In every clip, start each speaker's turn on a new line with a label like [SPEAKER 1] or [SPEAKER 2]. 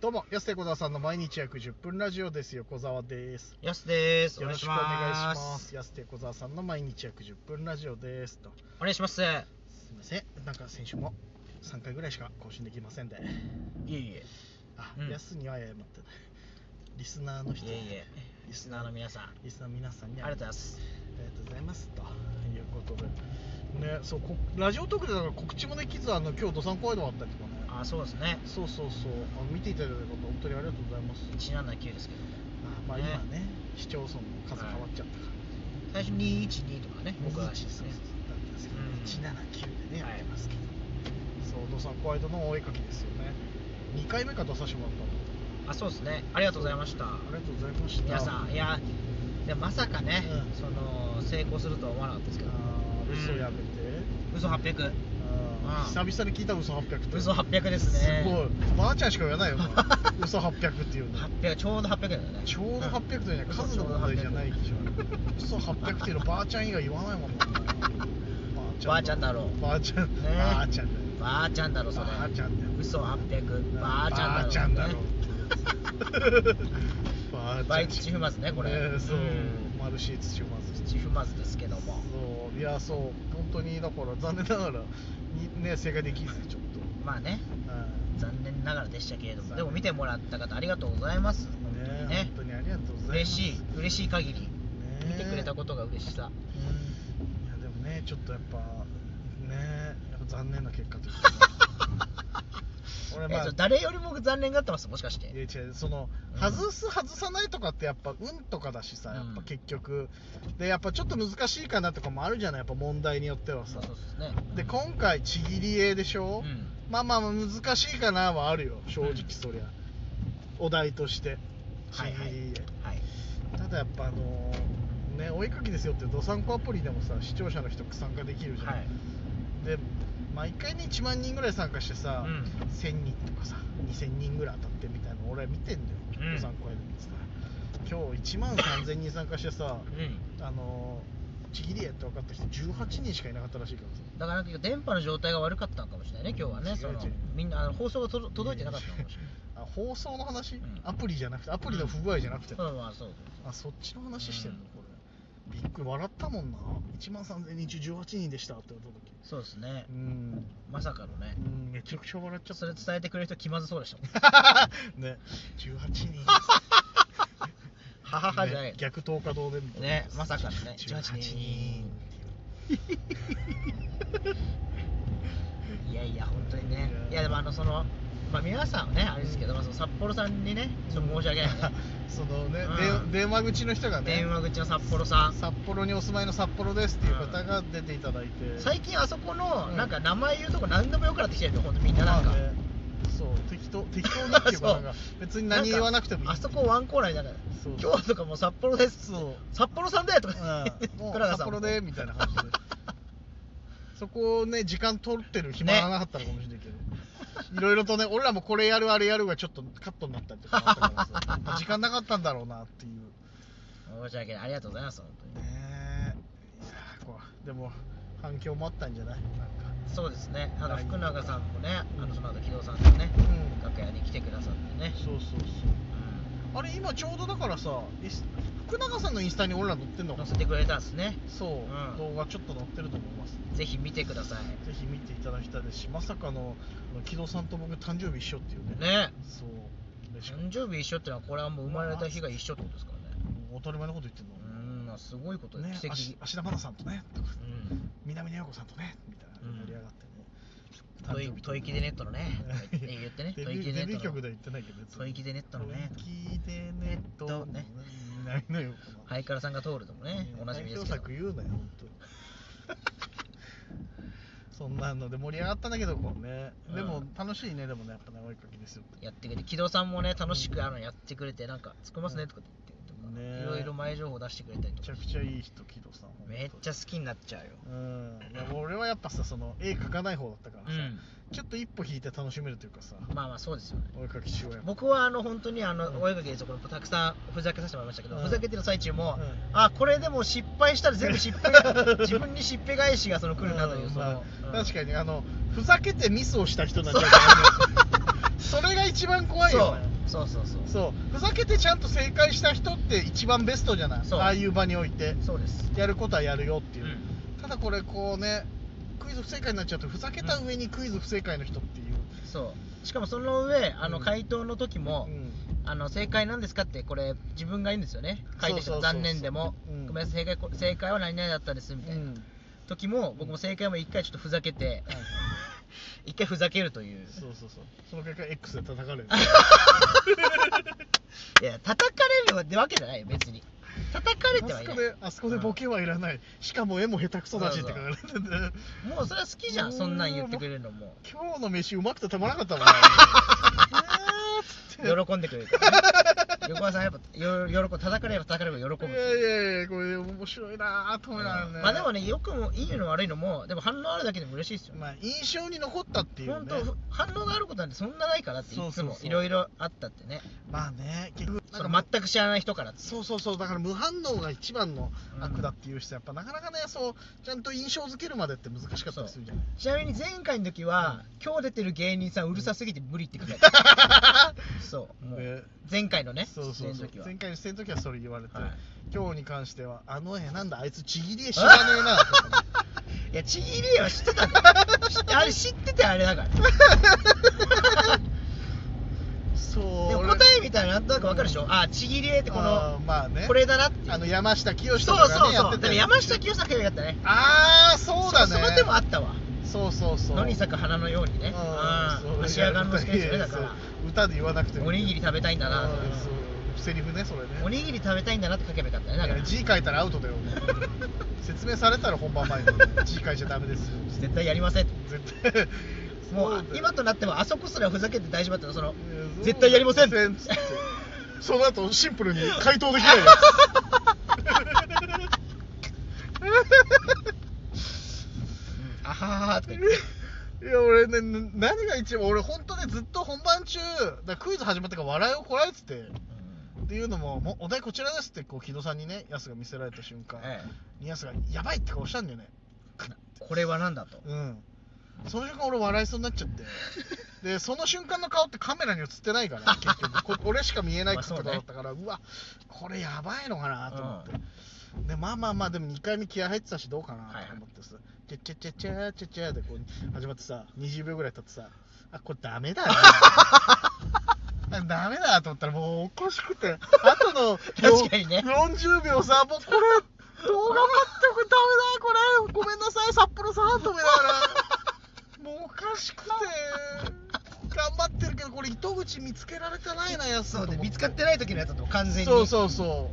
[SPEAKER 1] どうも、安手小沢さんの毎日約10分ラジオです。横澤です。
[SPEAKER 2] やすです。
[SPEAKER 1] よろしくお
[SPEAKER 2] お願
[SPEAKER 1] 願いし
[SPEAKER 2] いしま。
[SPEAKER 1] ますす。安手小沢さんの毎日約10分ラジオです。と。
[SPEAKER 2] お願いします。いえ
[SPEAKER 1] すみません。なんか先週も3回ぐらいしか更新できませんで。
[SPEAKER 2] いえ。いえ
[SPEAKER 1] あ、
[SPEAKER 2] うん
[SPEAKER 1] 安には謝ってない。リスナーの人、
[SPEAKER 2] いえ。リスナーの皆さん、あ
[SPEAKER 1] リスナーの皆さんに
[SPEAKER 2] り
[SPEAKER 1] は
[SPEAKER 2] がとうございます。
[SPEAKER 1] ありがとうございますということで、ね、そうこラジオトークでだから告知もできず、あの今日、どさんこワイドあったりとかね、
[SPEAKER 2] あ、そうですね。
[SPEAKER 1] そうそうそう、あの見ていただいた方、本当にありがとうございます。
[SPEAKER 2] 179ですけど、
[SPEAKER 1] あまあ、今
[SPEAKER 2] ね
[SPEAKER 1] ね、市町村の数変わっちゃったから、
[SPEAKER 2] 最初212とかね、僕は
[SPEAKER 1] そう
[SPEAKER 2] ですね。
[SPEAKER 1] だったんですけど、
[SPEAKER 2] うん
[SPEAKER 1] 179でね、
[SPEAKER 2] は
[SPEAKER 1] やっ
[SPEAKER 2] い
[SPEAKER 1] てますけど、そう、どさんこワイドのお絵かきですよね、2回目か出させてもらったの、
[SPEAKER 2] あ、そうですね。ありがとうございました。
[SPEAKER 1] ありがとうございました。
[SPEAKER 2] 皆さん、いや、いやまさかね
[SPEAKER 1] うん、
[SPEAKER 2] その成功するとは思わなかったですけど、
[SPEAKER 1] あー嘘やめて、
[SPEAKER 2] 嘘
[SPEAKER 1] あー
[SPEAKER 2] 800。うん
[SPEAKER 1] 久々に聞いた嘘800って。
[SPEAKER 2] 嘘800です
[SPEAKER 1] す
[SPEAKER 2] ね。
[SPEAKER 1] ごい。ばあちゃんしか言わないよな。嘘800っていうの。
[SPEAKER 2] 800ちょうど800だよね。
[SPEAKER 1] ちょうど800というのは数の問題じゃないでしょ。嘘800っていうのばあちゃん以外言わないもんな。
[SPEAKER 2] ばあちゃんだろ
[SPEAKER 1] ばあちゃん。
[SPEAKER 2] ね
[SPEAKER 1] ばあちゃんだよ。
[SPEAKER 2] ばあちゃんだろそれ
[SPEAKER 1] ばあちゃんだよ
[SPEAKER 2] 嘘800ばあちゃんだろ
[SPEAKER 1] ばあちゃんだろ
[SPEAKER 2] ね。
[SPEAKER 1] ばあちゃん
[SPEAKER 2] バイクチフマズねこれ
[SPEAKER 1] えそう
[SPEAKER 2] うん。
[SPEAKER 1] マルシーツチフマズ。
[SPEAKER 2] チフマズですけども
[SPEAKER 1] そういやそう本当にだから残念ながらにね正解できずちょっと。
[SPEAKER 2] まあね
[SPEAKER 1] うん
[SPEAKER 2] 残念ながらでしたけれども
[SPEAKER 1] 残念
[SPEAKER 2] でも見てもらった方ありがとうございます本当にね
[SPEAKER 1] 本当にありがとうございま
[SPEAKER 2] 嬉
[SPEAKER 1] す
[SPEAKER 2] しい嬉しい限り
[SPEAKER 1] ね
[SPEAKER 2] 見てくれたことが嬉しさ
[SPEAKER 1] いやでもねちょっとやっぱねやっぱ残念な結果というか俺
[SPEAKER 2] え
[SPEAKER 1] まあ
[SPEAKER 2] そう誰よりも残念がってますもしかし
[SPEAKER 1] いや
[SPEAKER 2] て
[SPEAKER 1] 違うその
[SPEAKER 2] うん
[SPEAKER 1] 外す外さないとかってやっぱ運とかだしさやっぱ
[SPEAKER 2] うん
[SPEAKER 1] 結局でやっぱちょっと難しいかなとかもあるじゃないやっぱ問題によっては
[SPEAKER 2] そ
[SPEAKER 1] さ
[SPEAKER 2] うそうですね
[SPEAKER 1] で今回ちぎり絵でしょ、
[SPEAKER 2] うん
[SPEAKER 1] まあまあまあ難しいかなはあるよ正
[SPEAKER 2] う
[SPEAKER 1] 直
[SPEAKER 2] ん
[SPEAKER 1] そりゃ、お題としてち
[SPEAKER 2] はいはい
[SPEAKER 1] ぎり絵、
[SPEAKER 2] はい
[SPEAKER 1] ただやっぱあのーねお絵かきですよってどさんこアプリでもさ視聴者の人参加できるじゃん、
[SPEAKER 2] はい
[SPEAKER 1] で毎回ね1万人ぐらい参加してさ、
[SPEAKER 2] うん
[SPEAKER 1] 1000人とかさ2000人ぐらい当たってみたいなの俺見てんだよ、
[SPEAKER 2] うん
[SPEAKER 1] どさんこやってさ今日1万3000人参加してさ
[SPEAKER 2] うん
[SPEAKER 1] あのーちぎり絵って分かった人18人しかいなかったらしいからさ
[SPEAKER 2] だからなんか電波の状態が悪かったのかもしれないね今日は
[SPEAKER 1] 違う
[SPEAKER 2] ねその
[SPEAKER 1] 違う
[SPEAKER 2] みんなあの放送がとど届いてなかったのかもしれない
[SPEAKER 1] あ放送の話、
[SPEAKER 2] ん
[SPEAKER 1] アプリじゃなくてアプリの不具合じゃなくて、
[SPEAKER 2] うんまあそうそう
[SPEAKER 1] あそっちの話してんの
[SPEAKER 2] うん
[SPEAKER 1] これびっくり笑ったもんな1万3000人中18人でしたって言われた時
[SPEAKER 2] そうですね
[SPEAKER 1] うん
[SPEAKER 2] まさかのね
[SPEAKER 1] うんめちゃくちゃ笑っち
[SPEAKER 2] ち
[SPEAKER 1] ゃ
[SPEAKER 2] ょ
[SPEAKER 1] っ
[SPEAKER 2] それ伝えてくれる人気まずそうでしたも ん
[SPEAKER 1] た ね18人
[SPEAKER 2] はははじゃない
[SPEAKER 1] ね逆東華堂でみたいな
[SPEAKER 2] ねまさかのね
[SPEAKER 1] 18
[SPEAKER 2] 18
[SPEAKER 1] 人
[SPEAKER 2] 人いやいや本当にね
[SPEAKER 1] いや
[SPEAKER 2] いやでもあのそのまあ皆さんはねあれですけど、まあ、その札幌さんにねちょっと申し訳 ない、ね
[SPEAKER 1] そのね、
[SPEAKER 2] うん
[SPEAKER 1] で電話口の人がね
[SPEAKER 2] 電話口の札幌さん
[SPEAKER 1] 札幌にお住まいの札幌ですっていう方が出ていただいて、
[SPEAKER 2] 最近あそこの
[SPEAKER 1] うん
[SPEAKER 2] なんか名前言うとこ何でもよくなってきてるよ本当みんななんか、
[SPEAKER 1] まあねそう適当適当にっていうか
[SPEAKER 2] そ
[SPEAKER 1] な
[SPEAKER 2] うん
[SPEAKER 1] か別に何言わなくてもいい
[SPEAKER 2] んかあそこワンコーナーになんか
[SPEAKER 1] そう
[SPEAKER 2] 今日はとかもう札幌です
[SPEAKER 1] そう
[SPEAKER 2] 札幌さんだよとか
[SPEAKER 1] うん、もう
[SPEAKER 2] 倉田
[SPEAKER 1] 札
[SPEAKER 2] さん
[SPEAKER 1] 幌でみたいな感じでそこをね時間取ってる暇がなかったのかもしれないけど、いろいろとね俺らもこれやるあれやるがちょっとカットになったりとかあったからさやっぱ時間なかったんだろうなっていう
[SPEAKER 2] 申し訳ないありがとうございます本当に
[SPEAKER 1] ねえいやーこうでも反響もあったんじゃないなん
[SPEAKER 2] そうですね、あの
[SPEAKER 1] はい
[SPEAKER 2] 福永さんもね、あ
[SPEAKER 1] うん
[SPEAKER 2] のその後木戸さんとね、
[SPEAKER 1] かうん
[SPEAKER 2] 楽屋に来てくださってね、
[SPEAKER 1] そうそうそうあれ今ちょうどだからさインス福永さんのインスタに俺ら載ってんのか
[SPEAKER 2] 載
[SPEAKER 1] な
[SPEAKER 2] せてくれたんですね、
[SPEAKER 1] そう、
[SPEAKER 2] うん
[SPEAKER 1] 動画ちょっと載ってると思います
[SPEAKER 2] ぜひ見てください。
[SPEAKER 1] ぜひ見ていただきたいですしまさかのあの木戸さんと僕誕生日一緒っていうね
[SPEAKER 2] ね、
[SPEAKER 1] そう嬉しかった
[SPEAKER 2] 誕生日一緒ってのは、これはもう生まれた日が一緒ってことですからね。
[SPEAKER 1] 当たり前のこと言ってんの
[SPEAKER 2] う、ん、まあすごいことで、
[SPEAKER 1] ね
[SPEAKER 2] 奇跡。
[SPEAKER 1] 足芦田愛菜さんとねとか
[SPEAKER 2] うん
[SPEAKER 1] 南野陽子さんとねみたいな
[SPEAKER 2] うん
[SPEAKER 1] 盛り上がってね、
[SPEAKER 2] トイトイキでネットのね、とか言って言ってね、
[SPEAKER 1] デ
[SPEAKER 2] ト
[SPEAKER 1] ビ
[SPEAKER 2] イキ
[SPEAKER 1] ュ
[SPEAKER 2] で
[SPEAKER 1] ーデ
[SPEAKER 2] ネ
[SPEAKER 1] ビュ
[SPEAKER 2] ッ
[SPEAKER 1] ー
[SPEAKER 2] トの
[SPEAKER 1] 曲では言ってないけど別に
[SPEAKER 2] トイキでネットのね
[SPEAKER 1] トイキでネットのね南野陽子の
[SPEAKER 2] ハイカラさんが通るともね、おなじみですけど
[SPEAKER 1] 代表作、言うなよ本 当にそんなので盛り上がったんだけどこうね、でも
[SPEAKER 2] うん
[SPEAKER 1] 楽しいねでもねやっぱね追いかけですよ
[SPEAKER 2] やってくれて、木戸さんもね、楽しくあのやってくれて、なんか、突っ込ますねとかって言ってとか、
[SPEAKER 1] ね
[SPEAKER 2] いろいろ前情報出してくれたり
[SPEAKER 1] め
[SPEAKER 2] と
[SPEAKER 1] ち
[SPEAKER 2] か
[SPEAKER 1] ゃ、くちゃいい人木戸さん本当に
[SPEAKER 2] めっちゃ好きになっちゃうよ。
[SPEAKER 1] うんいや俺はやっぱさその絵描かない方だったから
[SPEAKER 2] う
[SPEAKER 1] さ、
[SPEAKER 2] ん
[SPEAKER 1] ちょっと一歩引いて楽しめるというかさ
[SPEAKER 2] まあまあそうですよね
[SPEAKER 1] お絵かきしようや
[SPEAKER 2] 僕はあの本当にあの
[SPEAKER 1] うん
[SPEAKER 2] お絵かきでそこたくさんふざけさせてもらいましたけど、
[SPEAKER 1] うん
[SPEAKER 2] ふざけてる最中も、
[SPEAKER 1] うん
[SPEAKER 2] あこれでも失敗したら全部失 敗が自分に失敗返しがその来るなといううんそ
[SPEAKER 1] ま
[SPEAKER 2] の、
[SPEAKER 1] あ確
[SPEAKER 2] に
[SPEAKER 1] かにあのふざけてミスをした人なんじゃないかなそれが一番怖いよね
[SPEAKER 2] そうそうそうそう
[SPEAKER 1] そうふざけてちゃんと正解した人って一番ベストじゃない
[SPEAKER 2] そう
[SPEAKER 1] ああいう場において
[SPEAKER 2] です
[SPEAKER 1] やることはやるよっていう、
[SPEAKER 2] うん
[SPEAKER 1] ただこれこうねクイズ不正解になっちゃうとふざけた上にクイズ不正解の人っていう、
[SPEAKER 2] そうしかもその上あの
[SPEAKER 1] うん
[SPEAKER 2] 回答の時も、
[SPEAKER 1] うん
[SPEAKER 2] あの正解なんですかってこれ自分が言うんですよね書いてき
[SPEAKER 1] そうそうそうそう
[SPEAKER 2] た残念でも、
[SPEAKER 1] うん
[SPEAKER 2] ごめんなさい正解正解は何々だったんですみたいな、
[SPEAKER 1] うん
[SPEAKER 2] 時も僕も正解も一回ちょっとふざけて、
[SPEAKER 1] はい
[SPEAKER 2] 一回ふざけるという
[SPEAKER 1] そうそうそうその結果 X で叩 かれる
[SPEAKER 2] いや叩かれるってわけじゃないよ別に叩かれて
[SPEAKER 1] あ
[SPEAKER 2] は
[SPEAKER 1] そ
[SPEAKER 2] い
[SPEAKER 1] こ
[SPEAKER 2] ない
[SPEAKER 1] であそこでボケはいらない、しかも絵も下手くそだしって書かれてて
[SPEAKER 2] もうそれは好きじゃんそんなん言ってくれるの も
[SPEAKER 1] 今日の飯うまくてたまらなかったもん えーっつって
[SPEAKER 2] 喜んでくれるからね横川さんやっぱよ喜ぶ叩かれれば叩かれれば喜ぶ
[SPEAKER 1] いやいやいやこれ面白いなぁと思いながらね、
[SPEAKER 2] まあでもねよくもいいの悪いのもでも反応あるだけでも嬉しいですよね
[SPEAKER 1] まあ印象に残ったっていう
[SPEAKER 2] 本
[SPEAKER 1] ね
[SPEAKER 2] 当反応があることなんてそんなないからってい
[SPEAKER 1] そう
[SPEAKER 2] つ
[SPEAKER 1] そうそう
[SPEAKER 2] もいろいろあったってね
[SPEAKER 1] まあね結局なんか
[SPEAKER 2] その全く知らない人からって
[SPEAKER 1] そうそうそうだから無反応が一番の悪だっていう人、やっぱなかなかねそうちゃんと印象づけるまでって難しかったりするじゃん
[SPEAKER 2] ちなみに前回の時は、今日出てる芸人さんうるさすぎて無理って書いてあ るそうもう
[SPEAKER 1] ね
[SPEAKER 2] 前回のね
[SPEAKER 1] そうそうそう
[SPEAKER 2] 出演の時は
[SPEAKER 1] 前回の出演の時はそれ言われて、
[SPEAKER 2] はい
[SPEAKER 1] 今日に関してはあの絵なんだあいつちぎり絵知らねえなとかね
[SPEAKER 2] いやちぎり絵は知ってたんだ知ってあれ知っててあれだから
[SPEAKER 1] そう
[SPEAKER 2] でも
[SPEAKER 1] 俺
[SPEAKER 2] 答えみたいななんとなくわかるでしょ、ああちぎり絵ってこ
[SPEAKER 1] あ
[SPEAKER 2] の
[SPEAKER 1] ーまあね
[SPEAKER 2] これだなっていう
[SPEAKER 1] あの山下清と
[SPEAKER 2] そう
[SPEAKER 1] か、ね、
[SPEAKER 2] そう
[SPEAKER 1] やっ
[SPEAKER 2] そ
[SPEAKER 1] て
[SPEAKER 2] う
[SPEAKER 1] た
[SPEAKER 2] で
[SPEAKER 1] よ
[SPEAKER 2] も山下清作よりだったね
[SPEAKER 1] ああそうだね
[SPEAKER 2] その手もあったわ
[SPEAKER 1] そうそうそう
[SPEAKER 2] 野に咲く花のようにね
[SPEAKER 1] うん
[SPEAKER 2] あ
[SPEAKER 1] そう
[SPEAKER 2] あ足上がんのスケですよね
[SPEAKER 1] いや
[SPEAKER 2] だ
[SPEAKER 1] いや
[SPEAKER 2] か
[SPEAKER 1] そう歌で言わなくて
[SPEAKER 2] ら
[SPEAKER 1] も
[SPEAKER 2] おにぎり食べたいんだな
[SPEAKER 1] うんそうセリフねそれね
[SPEAKER 2] おにぎり食べたいんだなって書けばよかったねだか
[SPEAKER 1] い
[SPEAKER 2] ら
[SPEAKER 1] や字書いた らアウトだよ説明されたら本番 前に字書いちゃダメですよ
[SPEAKER 2] 絶対やりません
[SPEAKER 1] 絶対
[SPEAKER 2] も
[SPEAKER 1] そうだよ
[SPEAKER 2] 今となってはあそこすらふざけて大丈夫だったのその
[SPEAKER 1] いやそう
[SPEAKER 2] 絶対やりません
[SPEAKER 1] せんっつってその後シンプルに回答できないや
[SPEAKER 2] あははーって
[SPEAKER 1] ついや俺ねな何が一番俺本当ねずっと本番中だからクイズ始まってから笑いをこらえててっていうのももうお題こちらですってこう木戸さんにねやすが見せられた瞬間、
[SPEAKER 2] え
[SPEAKER 1] にやすがやばいって顔したんだよね
[SPEAKER 2] えなこれは何だと
[SPEAKER 1] うんその瞬間俺笑いそうになっちゃってでその瞬間の顔ってカメラに映ってないから結局こ俺しか見えない角度だったから、うわこれやばいのかなと思って、でまあまあまあでも2回目気合入ってたしどうかなと思ってさ「チャチャチャチャチャチャ」でこう始まってさ20秒ぐらい経ってさ「あこれダメだよ」あダメだと思ったらもうおかしくてあ との
[SPEAKER 2] 確かにね
[SPEAKER 1] 40秒さもうこれどう頑張ってもダメだこれごめんなさい札幌さんと思いなが らもうおかしくて頑張ってるけどこれ糸口見つけられてないなやつ
[SPEAKER 2] そうで見つかってない時のやつだと完全に
[SPEAKER 1] そうそうそ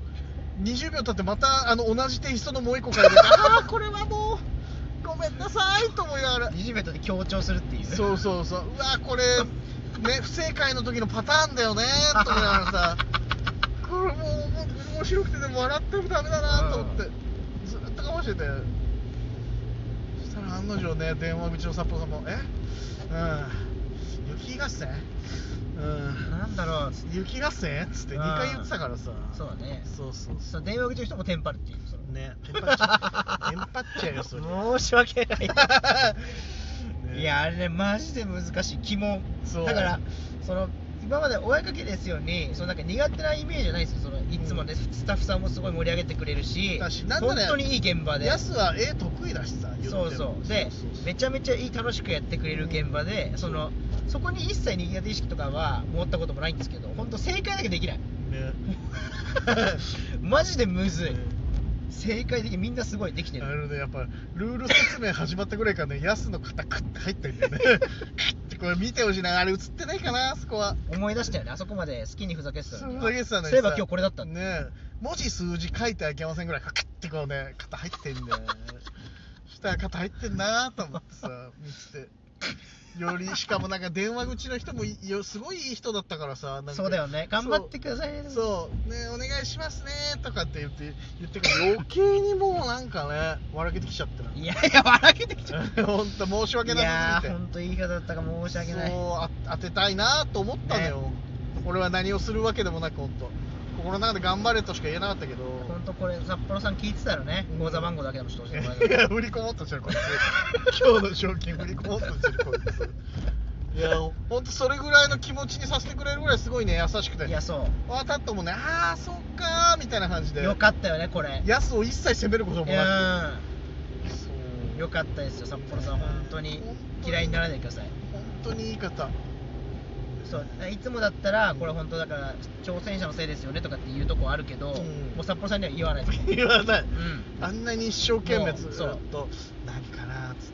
[SPEAKER 1] う20秒経ってまたあの同じテイストのもう一個書いてて ああこれはもうごめんなさいと思いながら
[SPEAKER 2] いじめとで強調するっていう
[SPEAKER 1] そうそうそううわこれね不正解の時のパターンだよねと思いながら さこれもうもう面白くてでも笑ってもダメだなと思ってずっと我慢しててそしたら案の定ね電話口の札幌さんも「えうん雪合戦うん
[SPEAKER 2] なんだろう
[SPEAKER 1] 雪合戦?」っつって2回言ってたからさ
[SPEAKER 2] そうだね
[SPEAKER 1] そうそう
[SPEAKER 2] そ
[SPEAKER 1] そう
[SPEAKER 2] の電話口の人もテンパるっていうその
[SPEAKER 1] ねテンパっちゃうテンパっちゃうよそれ
[SPEAKER 2] 申し訳ない
[SPEAKER 1] ね
[SPEAKER 2] いやあれねマジで難しい疑問
[SPEAKER 1] そう
[SPEAKER 2] だからその今までお絵かきですよにそのなんか苦手なイメージじゃないですよそのいつもね、スタッフさんもすごい盛り上げてくれるし
[SPEAKER 1] だしなんな
[SPEAKER 2] 本
[SPEAKER 1] ら
[SPEAKER 2] 当にいい現場で
[SPEAKER 1] ヤスは絵得意だしさ言っても
[SPEAKER 2] そうそうでめちゃめちゃいい楽しくやってくれる現場で、そのそこに一切苦手意識とかは持ったこともないんですけど本当正解だけできない
[SPEAKER 1] ね
[SPEAKER 2] マジでむずい正解できみんなすごいできて
[SPEAKER 1] あ
[SPEAKER 2] る
[SPEAKER 1] れねやっぱルール説明始まったぐらいからねヤスの肩クッて入ってんだよね クッてこれ見てほしいなあれ映ってないかなあそこは
[SPEAKER 2] 思い出したよねあそこまで好きにふざけてたのに
[SPEAKER 1] ふざけてたのにさ
[SPEAKER 2] そういえば今日これだったんだ
[SPEAKER 1] ねえ文字数字書いてはいけませんぐらいクッてこうね肩入ってんだよねしたら肩入ってんなと思ってさ見ててよりしかもなんか電話口の人もいよすごいいい人だったからさなんか
[SPEAKER 2] そうだよね頑張ってくださいね
[SPEAKER 1] そう、ね、お願いしますねとかって言って、言ってから余計にもうなんかね、笑けてきちゃった
[SPEAKER 2] いやいや笑けてきちゃう
[SPEAKER 1] な。 本当申し訳
[SPEAKER 2] い
[SPEAKER 1] な
[SPEAKER 2] や
[SPEAKER 1] さす
[SPEAKER 2] ー
[SPEAKER 1] ぎ
[SPEAKER 2] ほんといい方だったか申し訳
[SPEAKER 1] て。
[SPEAKER 2] ない
[SPEAKER 1] そうあ当てたいなと思ったのよ、俺は何をするわけでもなく、本当。心の中で頑張れとしか言えなかったけど。
[SPEAKER 2] ほんとこれ札幌さん聞いてたらね
[SPEAKER 1] うん
[SPEAKER 2] 口座番号だけでもちょっと教えてもらえ
[SPEAKER 1] いや、振り込もうとしてる、こいつ。今日の賞金振り込もうとしてる、こいつ。いや本当それぐらいの気持ちにさせてくれるぐらいすごい ね優しくて
[SPEAKER 2] いやそ
[SPEAKER 1] わたっともねああそっかーみたいな感じ
[SPEAKER 2] う
[SPEAKER 1] で
[SPEAKER 2] よかったよねこれ
[SPEAKER 1] やすを一切責めることもなく
[SPEAKER 2] うんよかったですよ札幌さん本当に嫌いにならないでください
[SPEAKER 1] 本当にいい方
[SPEAKER 2] そういつもだったらこれ本当だから挑戦者のせいですよねとかっていうとこあるけど、
[SPEAKER 1] うん
[SPEAKER 2] もう札幌さんには言わないです
[SPEAKER 1] 言わない
[SPEAKER 2] うん
[SPEAKER 1] あんなに一生懸命ずっ
[SPEAKER 2] そう
[SPEAKER 1] と何かなーっつっ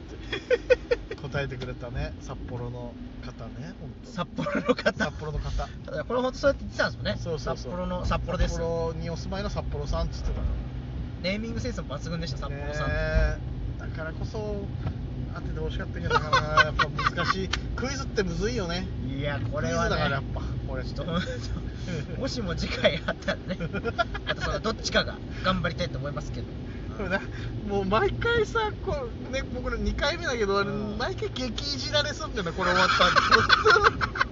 [SPEAKER 1] て答えてくれたね札幌の方ね本当
[SPEAKER 2] 札幌の方
[SPEAKER 1] 札幌の方
[SPEAKER 2] ただこれ本当そうやって言ってたんですもんね
[SPEAKER 1] そうそうそう
[SPEAKER 2] 札幌の札幌です
[SPEAKER 1] 札幌にお住まいの札幌さんっつってたから
[SPEAKER 2] ネーミングセンスも抜群でした札幌さん、
[SPEAKER 1] ねえだからこそ当ててほしかったけどなやっぱ難しいクイズってむずいよね
[SPEAKER 2] いやこれはね
[SPEAKER 1] クイズだからやっぱこ れ
[SPEAKER 2] ちょっと本当もしも次回あったら ねあとそのどっちかが頑張りたいと思いますけど
[SPEAKER 1] これなもう毎回さこう、ね、僕の2回目だけど、あれ
[SPEAKER 2] うん
[SPEAKER 1] 毎回激いじられすんだよなこれ終わった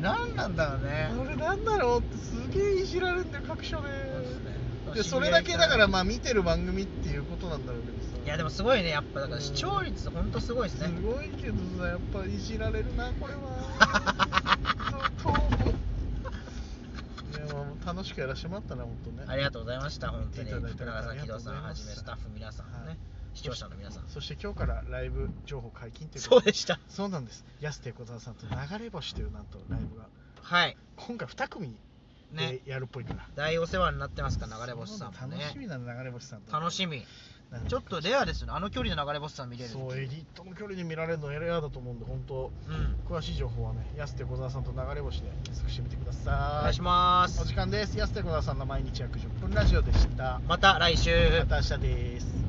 [SPEAKER 2] 何なんだろうね
[SPEAKER 1] 後あれなんだろうってすげえいじられるんだよ各所で
[SPEAKER 2] そうですね
[SPEAKER 1] でそれだけだからまあ見てる番組っていうことなんだろうけどさ
[SPEAKER 2] いやでもすごいねやっぱだから視聴率本当すごいですね
[SPEAKER 1] すごいけどさやっぱいじられるなこれはとと いやまあ楽しくやらせてもらったな本当ね
[SPEAKER 2] ありがとうございました本当に
[SPEAKER 1] 見ていただい
[SPEAKER 2] 福
[SPEAKER 1] た方あ
[SPEAKER 2] 永さん
[SPEAKER 1] りがとう
[SPEAKER 2] 木戸
[SPEAKER 1] ご
[SPEAKER 2] さ
[SPEAKER 1] ざい
[SPEAKER 2] んは
[SPEAKER 1] ま
[SPEAKER 2] じ
[SPEAKER 1] した
[SPEAKER 2] めスタッフ皆さん
[SPEAKER 1] は
[SPEAKER 2] ね
[SPEAKER 1] い
[SPEAKER 2] 視聴者の皆さん
[SPEAKER 1] そして今日からライブ情報解禁という
[SPEAKER 2] そう
[SPEAKER 1] こと
[SPEAKER 2] でした
[SPEAKER 1] そうなんです安手小沢さんと流れ星というなんとライブが
[SPEAKER 2] はい
[SPEAKER 1] 今回2組
[SPEAKER 2] ね
[SPEAKER 1] でやるっぽいから、
[SPEAKER 2] 大お世話になってますから流れ星さんもね
[SPEAKER 1] 楽しみなの流れ星さん
[SPEAKER 2] 楽しみ
[SPEAKER 1] なんか
[SPEAKER 2] ちょっとレアですよねあの距離の流れ星さん見れるって
[SPEAKER 1] そうエリートの距離で見られるのエレアだと思うんで本当
[SPEAKER 2] うん
[SPEAKER 1] 詳しい情報はね安手小沢さんと流れ星で検索してみてください
[SPEAKER 2] お願いします
[SPEAKER 1] お時間です安手小沢さんの毎日約10分ラジオでした
[SPEAKER 2] また来週
[SPEAKER 1] また明日です